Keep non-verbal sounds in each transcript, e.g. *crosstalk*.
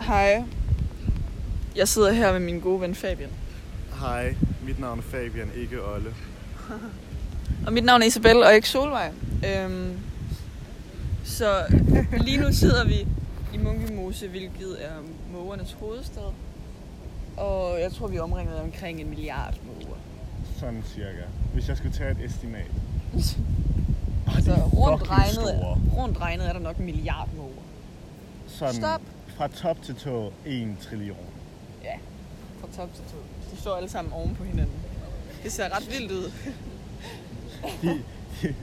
Hej. Jeg sidder her med min gode ven Fabian. Hej, mit navn er Fabian, ikke Olle. Og mit navn er Isabel, og ikke Solvej. Øhm, så lige nu sidder vi i Munkemose, hvilket er mågernes hovedstad. Og jeg tror, vi er omringet af omkring en milliard måger. Sådan cirka. Hvis jeg skulle tage et estimat. Åh, Så de er rundt fucking regnet, store. rundt regnet er der nok en milliard måger. Sådan Stop. fra top til tå, 1 trillion. Ja, fra top til to. De står alle sammen oven på hinanden. Det ser ret vildt ud. De, de,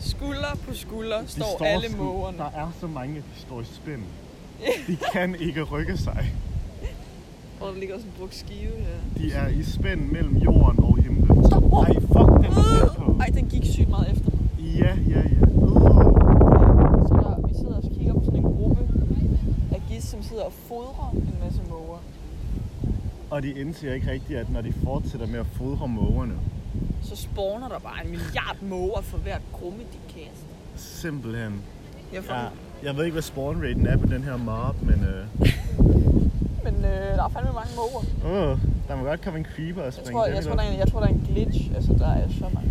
Skulder på skulder *laughs* de står, står alle sgu- mågerne. Der er så mange, de står i *laughs* spænd. De kan ikke rykke sig. Og der ligger også en brugt skive her. De er i spænd mellem jorden og himlen. Stop. Åh. Øh. Ej, fuck, den er tæt på. Ej, den gik sygt meget efter mig. Ja, ja, ja. Uh. Så der, vi sidder og kigger på sådan en gruppe af gis, som sidder og fodrer en masse måger. Og de indser ikke rigtigt, at når de fortsætter med at fodre mågerne, Så spawner der bare en milliard måger for hvert grumme, de kaster. simpelthen Jeg får Ja, ja. jeg ved ikke, hvad spawn raten er på den her mob, men øh, Men øh, der er fandme mange måger. åh, der må godt komme en creeper og Jeg springe tror, jeg, den i tror, der er en, luften. jeg tror, der er en glitch. Altså, der er så mange.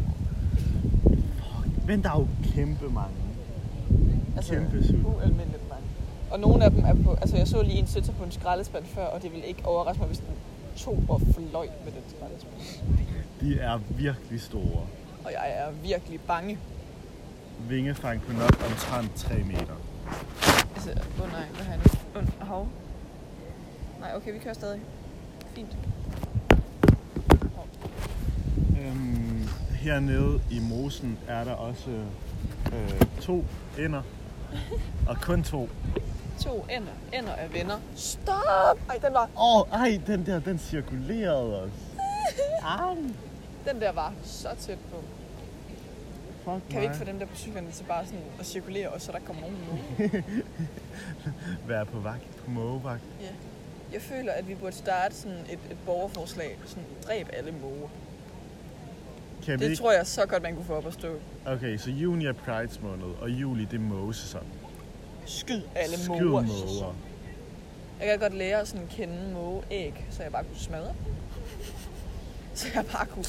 Men der er jo kæmpe mange. Altså, Kæmpe sult. Ualmindeligt mange. Og nogle af dem er på... Altså, jeg så lige en sætter på en skraldespand før, og det ville ikke overraske mig, hvis den tog og fløj med den skraldespand. De er virkelig store. Og jeg er virkelig bange. Vingefang på nok omtrent 3 meter. Altså, åh oh nej, hvad har jeg nu? Und, hav. Nej, okay, vi kører stadig. Fint. Øhm, hernede i mosen er der også øh, to ender. Og kun to. To ender. Ender er venner. Stop! Ej, den var... *laughs* Åh, oh, ej, den der, den cirkulerede os. Ej, Den der var så tæt på. fuck Kan vi ikke få dem der på cyklerne til bare sådan at cirkulere, og så der kommer nogen nu? Vær på vagt, på mågevagt. Ja. Jeg føler, at vi burde starte sådan et, et borgerforslag. Sådan, dræb alle måger. Kan vi Det ikke tror jeg så godt, man kunne få op at stå. Okay, så juni er Prides måned, og juli det er mågesæson. Skyd alle Skyd måger. måger. Jeg kan godt lære at sådan kende mågeæg, så jeg bare kunne smadre dem. Så jeg bare kunne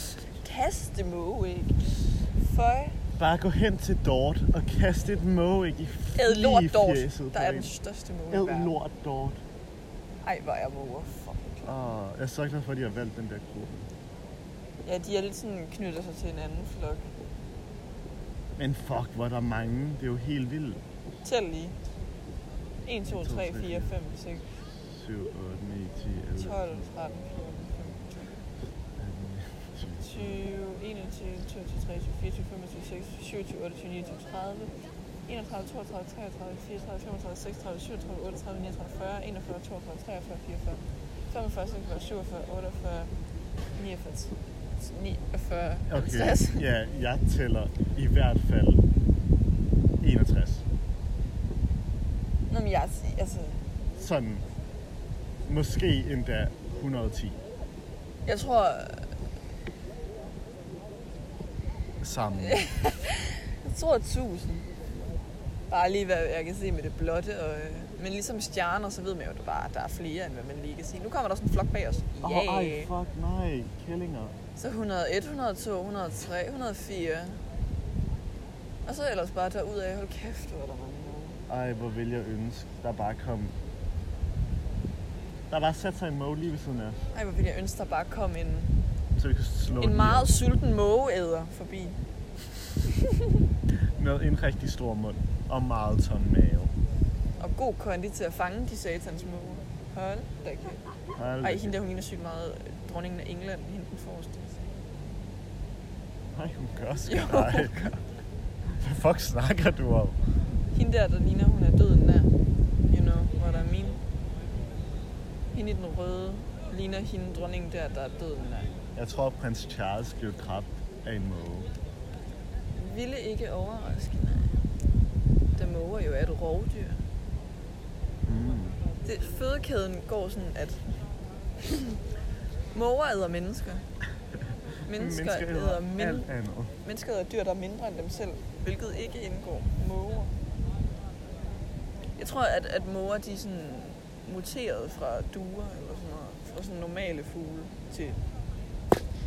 kaste mågeæg. Føj, Bare gå hen til Dort og kaste et måge i æd lige lort dort, fjeset der på er en. den største måge. i Æd verden. lort Dort. Ej, hvor er måger. fucking klar. Oh, jeg er så glad for, at de har valgt den der gruppe. Ja, de er lidt sådan knytter sig til en anden flok. Men fuck, hvor er der mange. Det er jo helt vildt. Tæl lige. 1, 2, 3, 4, 5, 6, 7, 8, 9, 10, 11, 12, 13, 14, 15, 20, 21, 22, 23, 24, 25, 26, 27, 28, 29, 30, 31, 32, 33, 34, 35, 36, 37, 38, 39, 40, 41, 42, 43, 44, 45, 46, 47, 48, 49, 49, 50. Okay, ja, jeg tæller i hvert fald 61. Nå, men jeg, altså, Sådan. Måske endda 110 jeg tror, *laughs* sammen. jeg tror 1000. Bare lige, hvad jeg kan se med det blotte. Og, øh, men ligesom stjerner, så ved man jo at der bare, at der er flere, end hvad man lige kan se. Nu kommer der sådan en flok bag os. Åh, Yeah. yeah. ej, fuck, nej. Kællinger. Så 101, 102, 103, 104. Og så ellers bare derudad. Hold kæft, hvor er der mange. måger. Ej, hvor vil jeg ønske, der bare kom... Der bare sat sig en måge lige ved siden af os, Ej, hvor ville jeg ønske, der bare kom en, så vi kunne slå den en ihjel. meget sulten mågeæder forbi. Med en rigtig stor mund og meget tom mave. Og god kondi til at fange de satans måger. Hold da kæft. Hold Ej, da hende der, hun ligner sygt meget øh, dronningen af England. Hende den forreste. kæft. Nej, hun gør sgu *laughs* Jo. dig. Hvad fuck snakker du om? Hende der, der ligner, hun er døden nær. You know, hvor der er min. Hende i den røde ligner hende dronningen der, der er døden nær. Jeg tror, prins Charles blev dræbt af en måge. Mm. Ville ikke overraske, nej. Da måger jo er et rovdyr. Mm. Det, fødekæden går sådan, at *clears throat* måger æder mennesker. Mennesker æder æder, min, alt andet. mennesker æder dyr, der er mindre end dem selv, hvilket ikke indgår måger. Jeg tror, at, at måger, de er sådan muteret fra duer eller sådan noget, fra sådan normale fugle til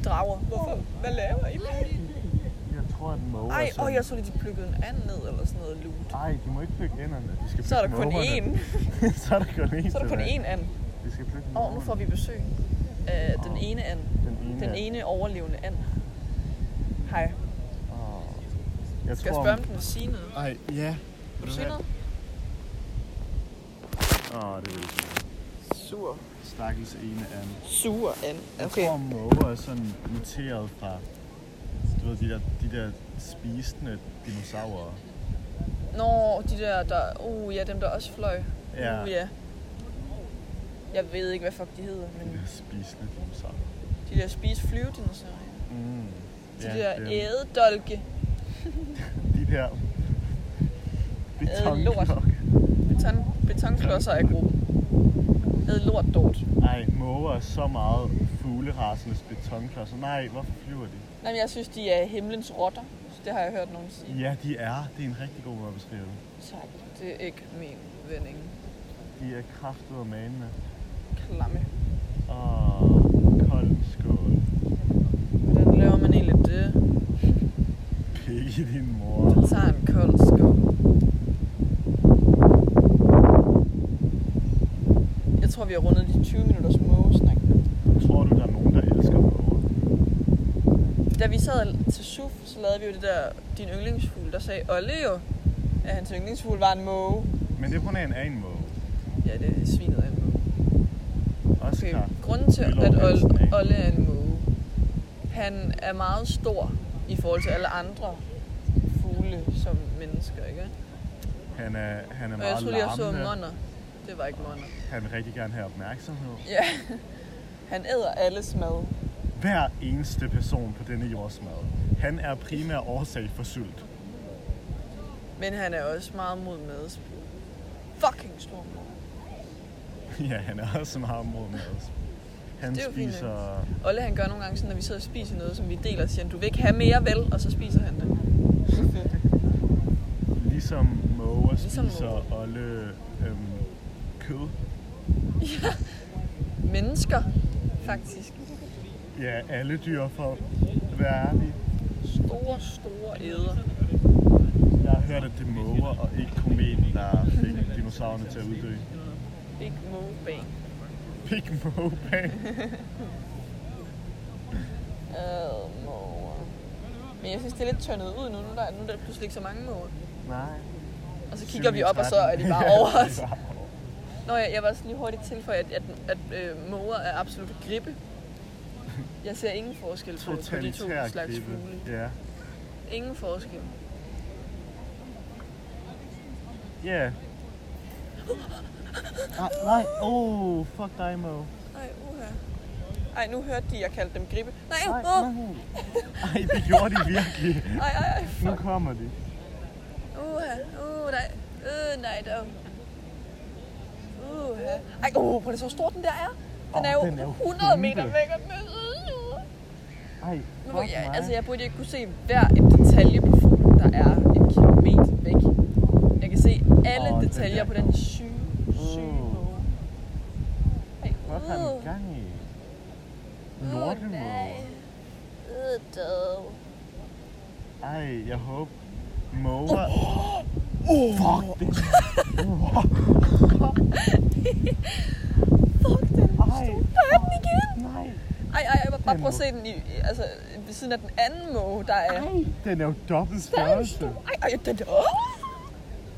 drager. Hvorfor? Hvad laver I? Jeg tror, at den var Ej, og jeg så lige, de plukkede en and ned eller sådan noget loot. Ej, de må ikke plukke enderne. De skal Så er der plukke kun mågerne. én. *laughs* så er der kun én Så er der kun tilbage. én and. De skal plukke Og nu får vi besøg af den ene and. Den ene. Den ene overlevende and. Hej. Åh. Jeg Skal jeg tror, spørge, om den vil sige noget? Ej, ja. Vil du sige noget? Åh, det vil jeg sige. Sur. Stakkels ene an. Sur and. Jeg Okay. tror, måger er sådan muteret fra du ved, de der, de der spisende dinosaurer. Nå, de der, der... Uh, ja, dem der også fløj. Ja. Uh, ja. Jeg ved ikke, hvad fuck de hedder, De men der spisende dinosaurer. de der spise flyvedinosaurer. Mm. De der dem. ædedolke. De der... Æde lort. betonklokke. Beton, betonklodser af gruppen. Æde lort dort. Ej, måger er så meget fuglerasenes betonklodser. Nej, hvorfor flyver de? Nej, men jeg synes, de er himlens rotter. Det har jeg hørt nogen sige. Ja, de er. Det er en rigtig god måde at beskrive det. Tak. Det er ikke min vending. De er kraftet og manende. Klamme. Og kold skål. Hvordan laver man egentlig det? Pik i din mor. Man tager en kold skål. Jeg tror, vi har rundet de 20 minutters mågesnak. Tror du, der er nogen, der elsker måger? Da vi sad til SUF, så lavede vi jo det der, din yndlingsfugl, der sagde Olle jo, at hans yndlingsfugl var en måge. Men det er på grund af en anden måge. Ja, det er svinet af en måge. Også Okay. okay. Grunden til, Møller at Hansen Olle, af. Olle er en måge, han er meget stor i forhold til alle andre fugle som mennesker, ikke? Han er, han er Og jeg meget troede, jeg så en larmende. monner. Det var ikke monner. Han vil rigtig gerne have opmærksomhed. Ja. *laughs* Han æder alles mad. Hver eneste person på denne jordsmad. Han er primær årsag for sult. *laughs* Men han er også meget mod madspil. Fucking stor mor. ja, han er også meget mod mad. Han Det er jo fint spiser... Olle han gør nogle gange sådan, når vi sidder og spiser noget, som vi deler, siger han, du vil ikke have mere vel, og så spiser han det. *laughs* Så fedt. Ligesom måger Ligesom spiser Olle øhm, kød. Mennesker, faktisk. Ja, alle dyr for at være ærlig. Store, store æder. Jeg har hørt, at det er måger og ikke kometen, der fik dinosaurerne til at uddø. Big move bang. Big Mopang. Ad måger. Men jeg synes, det er lidt tørnet ud nu. Nu er der, nu er der pludselig ikke så mange måger. Nej. Og så kigger vi op, og så er de *laughs* bare over os. Nå, jeg, jeg var også lige hurtigt tilføje, at, at, at øh, måger er absolut grippe. Jeg ser ingen forskel på, på de to Totalitær slags klippe. fugle. Ja. Ingen forskel. Ja. Nej, nej. Oh, fuck dig, Mo. Ej, uha. Ej, nu hørte de, jeg kaldte dem grippe. Nej, Nej, nej, åh, nej. Ej, det gjorde de virkelig. ej, ej, ej, Nu fuck. kommer de. Uha, uh, nej, øh, nej, dog. Uha. Ej, uh, prøv lige så hvor stor den der er. Den Åh, er jo, den er jo 100 meter kæmpe. væk, og den er øh, øh. Ej, Men fuck hvor- jeg, mig. altså, jeg burde ikke kunne se hver en detalje på fuglen, der er en kilometer væk. Jeg kan se alle Åh, oh, den detaljer på der kom. den syge, syge Uh. måge. Ej, Hvad har øh. han gang i? Åh, Lortemåge. mm, nej. Øh, dog. Ej, jeg håber... Måger... Oh, fuck det. Fuck, den Ej, stod på den igen. Nej. Ej, ej, ej, bare Den prøv at se den i, altså, ved siden af den anden måge, der er... Ej, den er jo dobbelt Den er jo størrelse. stor. Ej, ej, den der... Åh!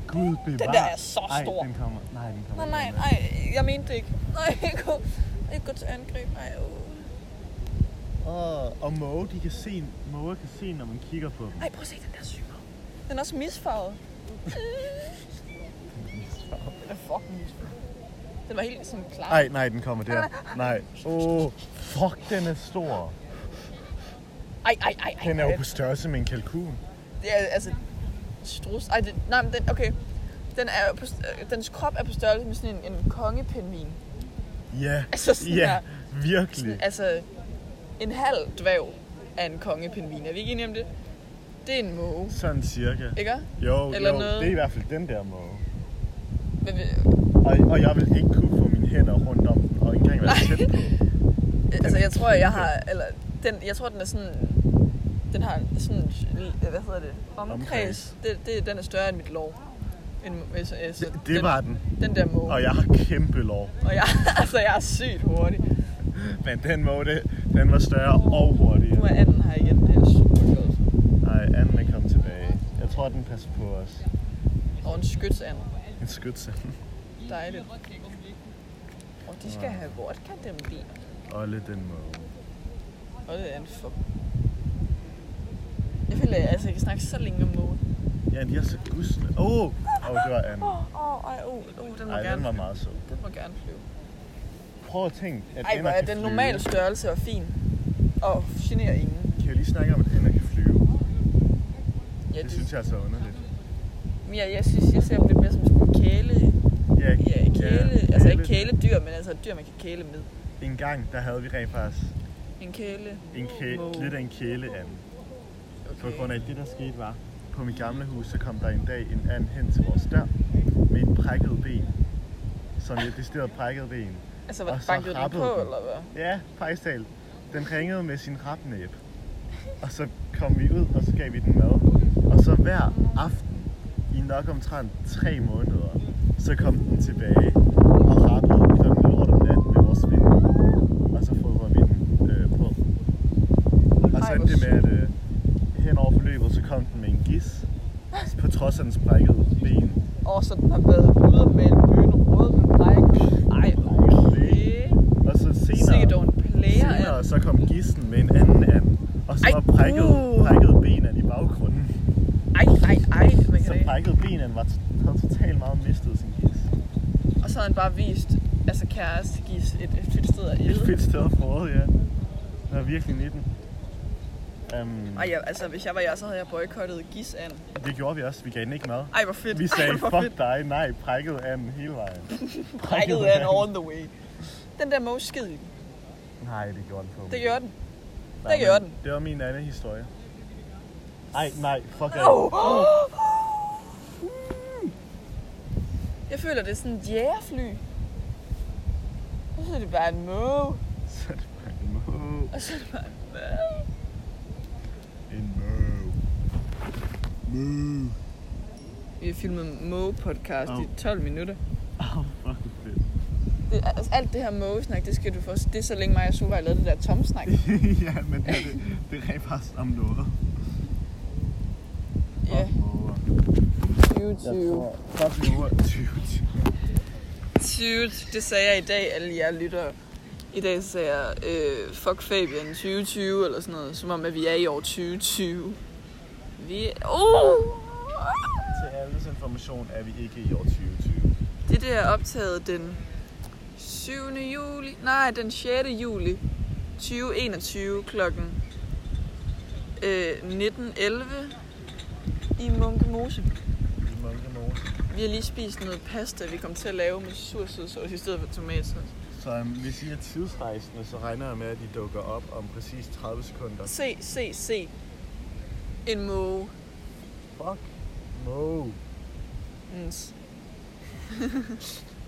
Gud bevar. Den der er så stor. Ej, den kommer. Nej, den kommer. Nej, nej, ikke. nej, jeg mente det ikke. Nej, ikke gå, ikke gå til angreb. Ej, uh. Åh, og måge, de kan se, måger kan se, når man kigger på dem. Ej, prøv at se den der syge måge. Den er også misfarvet. den er fucking misfarvet. Den var helt sådan klar. Ej, nej, den kommer der. Nej. Åh, oh, fuck, den er stor. ej, ej, ej, ej. Den er jo ej. på størrelse med en kalkun. Det er altså... Strus. Ej, det, nej, men den... Okay. Den er jo på, øh, dens krop er på størrelse med sådan en, en kongepinvin. Ja, Altså sådan ja, her. virkelig. Altså, en halv dværg af en kongepinvin. Er vi ikke enige om det? Det er en måge, Sådan cirka. ikke? Jo, Eller jo, noget. det er i hvert fald den der måge. Men, vi- Og, og jeg vil ikke kunne få min hænder rundt om den, og ikke engang være tæt på. Altså, jeg tror, jeg har... Eller, den, jeg tror, den er sådan... Den har sådan... Hvad hedder det? Omkreds. Omkreds. Det, det, den er større end mit lov. End, altså, Det, det den, var den. Den der måge. Og jeg har kæmpe lov. Og jeg, *laughs* altså, jeg er sygt hurtig. Men den måde, den var større og hurtigere. Nu er anden her igen. Det er super godt. Nej, anden er kommet tilbage. Jeg tror, den passer på os. Og en skytsand. En skytsand. Dejligt. Og de skal have vodka, dem der. Olle den måde. Og det er en for... Jeg føler, at altså, jeg kan snakke så længe om måge. Ja, de er så gusne. Åh! Oh! Åh, oh, det var anden. Åh, åh, ej, åh, oh, den må Ej, gerne den var meget sød. Den må gerne flyve. Prøv at tænke, at Ej, hvor ænder er kan den flyve. normale størrelse og fin. Og generer ingen. Kan jeg lige snakke om, at ænder kan flyve? Ja, Det de, synes jeg er så underligt. ja, jeg synes, jeg ser dem lidt mere som sådan kæle. Ja, Ja, kæle. altså ikke kæledyr, men altså et dyr, man kan kæle med. En gang, der havde vi rent faktisk En kæle. en kæ- Måge. lidt af en kæleand. På Okay. grund af at det, der skete var, på mit gamle hus, så kom der en dag en and hen til vores dør med et brækket ben. Som jeg decideret brækket ben. Altså, var og så bankede den rappede på, den. eller hvad? Ja, faktisk talt. Den ringede med sin rapnæb. Og så kom vi ud, og så gav vi den mad. Og så hver aften, i nok omtrent tre måneder, så kom den tilbage og rappede klokken lort om natten ved vores vindue. Og så fodrede vi den øh, på. Og så Ej, endte det hvor med, at øh, hen over forløbet, så kom den med en gis. På trods af den sprækkede ben. Og så den har været ude med en byen rød med brækken. Ej, okay. Og så senere... Sikkert dog en player. Senere så kom gissen med en anden and, og så Ej, var brækket, uh. brækket benen i baggrunden. Ej, ej, ej. Hvad Så kan det? brækket benen var t- havde totalt meget mistet sin gis. Og så har han bare vist, altså kæreste gives et, et fedt sted at Et æde. fedt sted at få det, ja. Det var virkelig 19. Um, Ej, ja, altså hvis jeg var jeg, så havde jeg boykottet gis an. Det gjorde vi også. Vi gav den ikke mad. Ej, hvor fedt. Vi sagde, ej, hvor fuck dig, nej, brækket anden hele vejen. Brækket an all the way. Den der mås skid i den. Nej, det gjorde den på. Det gjorde den. Nej, det gjorde men den. Det var min anden historie. Ej, nej, fuck dig. Au. Oh. Jeg føler, det er sådan et jægerfly. Og så er det bare en måge. Så er det bare en måge. Og så er det bare en måge. En måge. Måge. Vi har filmet måge-podcast Au. i 12 minutter. Åh, oh, fuck, hvor fedt. Det, altså, alt det her mågesnak, det skal du få. Det er så længe mig og Sova har lavet det der tomsnak. *laughs* ja, men det, er det, det er rent faktisk om noget. Ja, Og- 2020. Fuck nu, 20. 20, det sagde jeg i dag, alle jer lyttere. I dag sagde jeg, øh, fuck Fabian 2020 eller sådan noget, som om at vi er i år 2020. Vi er... Uh! Til alles information er vi ikke i år 2020. Det der er optaget den 7. juli, nej, den 6. juli 2021 klokken øh, 19.11 i Munke Mose. I Munke Mose. Vi har lige spist noget pasta, vi kom til at lave med sursødsauce i stedet for tomatsauce. Så um, hvis I er tidsrejsende, så regner jeg med, at de dukker op om præcis 30 sekunder. Se, se, se. En måge. Fuck. No. Mm.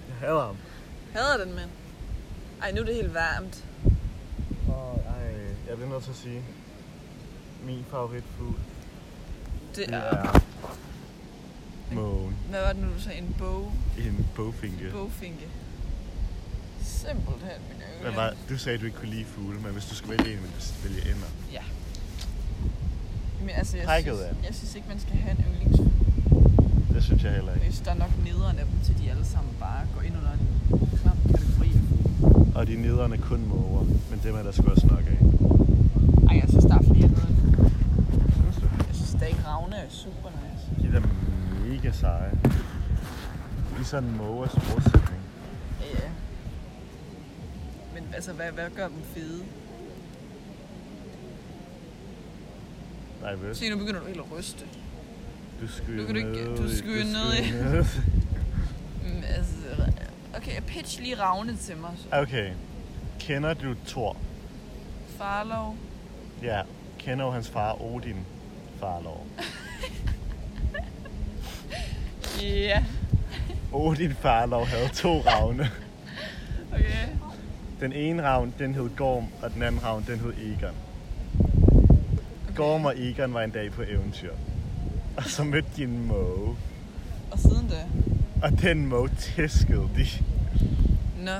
Jeg hader ham. Hader den, mand. Ej, nu er det helt varmt. Og, ej, jeg bliver nødt til at sige, min favoritfugl, Det det er... er... Mågen. Hvad var det nu, du sagde? En bog? En bogfinke. Bogfinke. Simpelthen, min øjne. Hvad var, du sagde, at du ikke kunne lide fugle, men hvis du skulle vælge en, ville du vælge ender. Men altså, jeg Prikket synes, af den. jeg synes ikke, man skal have en yndlingsfugl. Det synes jeg heller ikke. Jeg synes, der er nok nederen af dem, til de alle sammen bare går ind under en klam kategori. af fugle. Og de nederne er kun måger, men dem er der sgu også nok af. Ej, jeg synes, der er flere nederen. Jeg synes, der ikke ravne er super nice. De er da mega seje. De er sådan mågers modsætning. Ja. Men altså, hvad, hvad gør dem fede? Nej, ved Se, nu begynder du helt at ryste. du skyder Nu kan du ikke- du skyder ned i- Mm, altså, okay, pitch lige Ravne til mig. Så. *laughs* Okay. Kender du Thor? Farlov. Ja. Kender du hans far Odin? Farlov. Ja. Odin Farlov havde to ravne. Den ene ravn, den hed Gorm, og den anden ravn, den hed Egon. Gorm og Egon var en dag på eventyr. Og så mødte de en måge. Og siden da. Og den måge tæskede de. Nå.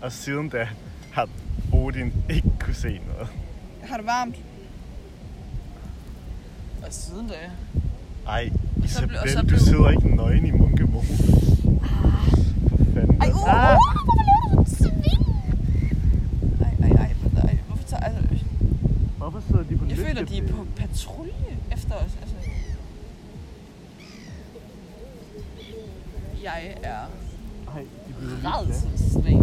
Og siden da har Odin ikke kunne se noget. Har det varmt? Og siden da. Ej, så blev- og så Isabel, du blev- Ah. sidder ikke nøgen i munkemole. For fanden. Ej, uh, uh, Ah! hvorfor laver du den sving? Ej, ej, ej, hvor- ej, hvorfor tager... Altså, Hvorfor sidder de på Jeg føler, de er lygtepæle? på patrulje efter os. Altså, jeg er Ej, de bliver lidt glade. rædselsvag.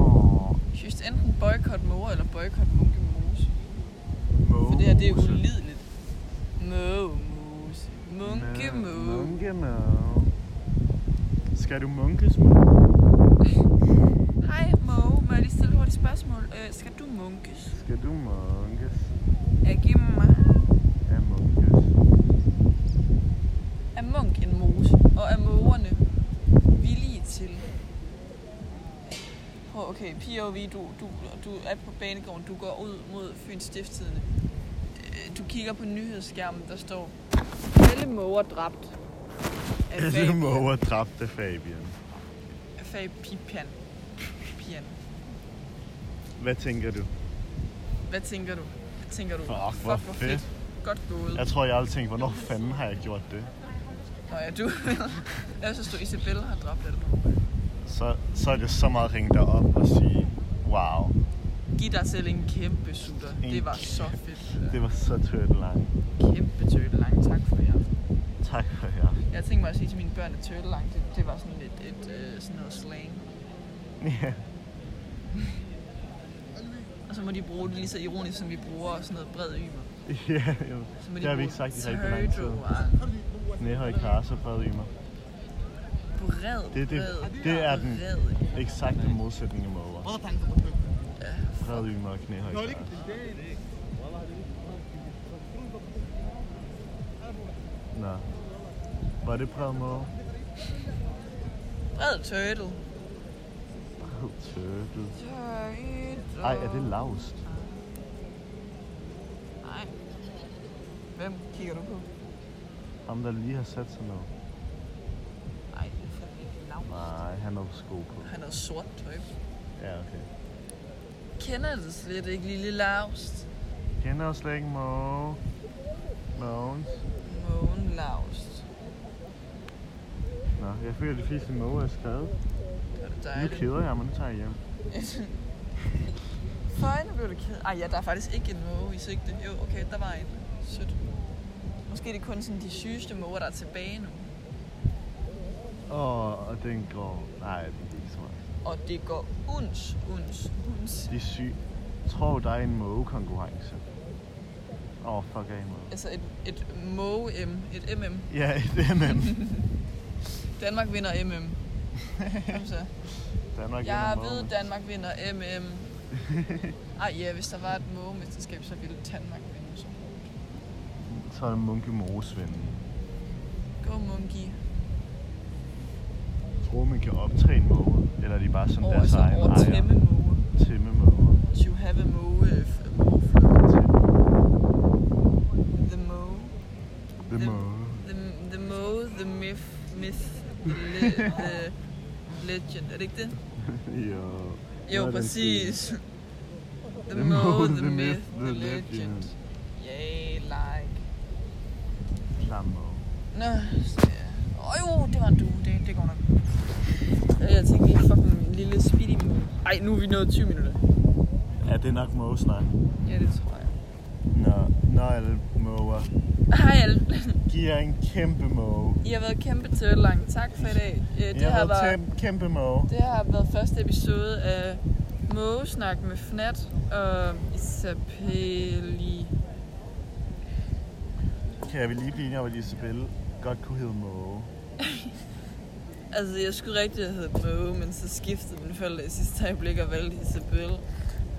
Åh, Just enten boykot måger eller boykot munkemose. måge. For det her, det er ulideligt. Mågemose. Munkemåge. Munkemåge. Skal du munkes med? Hej måge, må jeg lige stille et hurtigt spørgsmål? Øh, skal du munkes? Skal du munkes? Ja, giv mig. Ja, munkes. Er munk en mose? Og er mågerne villige til... Prøv, okay, POV, du, du, du er på banegården, du går ud mod Fyns Stifttidende. Øh, Du kigger på nyhedsskærmen, der står... Alle måger dræbt. Af Alle Fabian." måger dræbte Fabian. Af Fabian. Pian. Hvad tænker du? Hvad tænker du? Hvad tænker du? Fuck, hvor fedt. Godt gået. Jeg tror, jeg aldrig tænkte, hvornår fanden har jeg gjort det? Nå ja, du... *laughs* jeg synes, du Isabella har dræbt alle Så, så er det så meget at ringe dig op og sige, wow, Giv dig selv en kæmpe sutter. En Det var så fedt. det der. det var så turtle kæmpe tøtelang. Tak for i aften. Tak for jer. Jeg tænkte mig at sige til mine børn, at tøtelang, det, det var sådan lidt et, øh, sådan noget slang. *laughs* Ja. Og så må de bruge det lige så ironisk, som vi bruger sådan noget bred ymer. Ja, Så må de det har vi bruge ikke sagt i rigtig lang tid. tøtelang. Snehøj Karse bred i mig. Bred, Det er det- bred, det er den. bred ymer. Eksakte modsætning af måger. Bred i mig og knæhøj karse. Nå. Var det bred måge? Bred turtle. Bred turtle. Turtle. Ej, er det lavst? Nej. Hvem kigger du på? Ham, der lige har sat sig ned. Nej, det er fandme ikke navn. Nej, han har sko på. Han har sort tøj på. Ja, okay. Kender det slet ikke, lille Laust? Kender jo slet ikke måge. Mågens. Mågen Laust. Nå, jeg føler, at de fleste måger er skrevet. Det var det Nu dejligt. keder jeg mig, nu tager jeg hjem. *laughs* Føj, nu blev det ked. Ej ja, der er faktisk ikke en måge i sigte. Jo, okay, der var en. Sødt. Måske er det kun sådan de sygeste måger, der er tilbage nu. Åh, og den går... Nej, den er ikke så meget. Og det går uns, uns, uns. De er syg. Tror der er en mågekonkurrence? Åh, oh, fuck af måde. Altså et, et måge-M, et MM. Ja, *laughs* det er nemt. Danmark vinder MM. Kom så. Danmark Jeg vinder ved, mågen. Danmark vinder MM. Ej ja, hvis der var et mågemesterskab, så ville Danmark vinde. Så. Så er det munke moresvinden. Go monkey. Tror man kan optræne måger? Eller er de bare sådan Over, deres altså, egen over tæmme måger. Tæmmemåger. To have a moe, f- mågeflok. The moe. Det Dem- måge. The, the moe, the myth, myth, the, *laughs* le, the legend. Er det ikke det? *laughs* jo. Jo, Hvad er det, præcis. The, The moe, moe, the, the myth, myth, the the legend. legend. Yay, like. det er? Klam måge. Nå, så ja. Åh jo, det var en due. Det, det går nok. Øh, Jeg tænkte lige, fucking lille speedy moe. Ej, nu er vi nået 20 minutter. Ja, det er nok mågesnak. Ja, det tror jeg. Nå, nå alle måger. Hej alle. Giv jer en kæmpe måge. I har været kæmpe til langt. Tak for i dag. Øh, I har været tæm- kæmpe måge. Det har været første episode af Mågesnak med Fnat og Isabelli. Kan jeg vel lige blive enige om, at Isabelle godt kunne hedde måge? Altså, jeg skulle rigtig have heddet Måge, men så skiftede mine forældre i sidste øjeblik og valgte Isabel.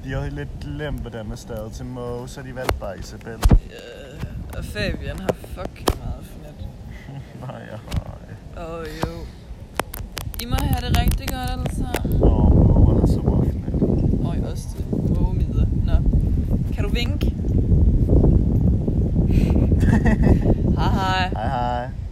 De har jo lidt glemt, hvordan man stavede til måge, så de valgte bare Isabelle. *laughs* Øh, og Fabian har fucking meget Fnat. Nej, jeg har Og jo. I må have det rigtig godt alle sammen. Nå, hvor er så meget finat. Og I også det. Vågemidler. Nå. Kan du vinke? hej hej. Hej hej.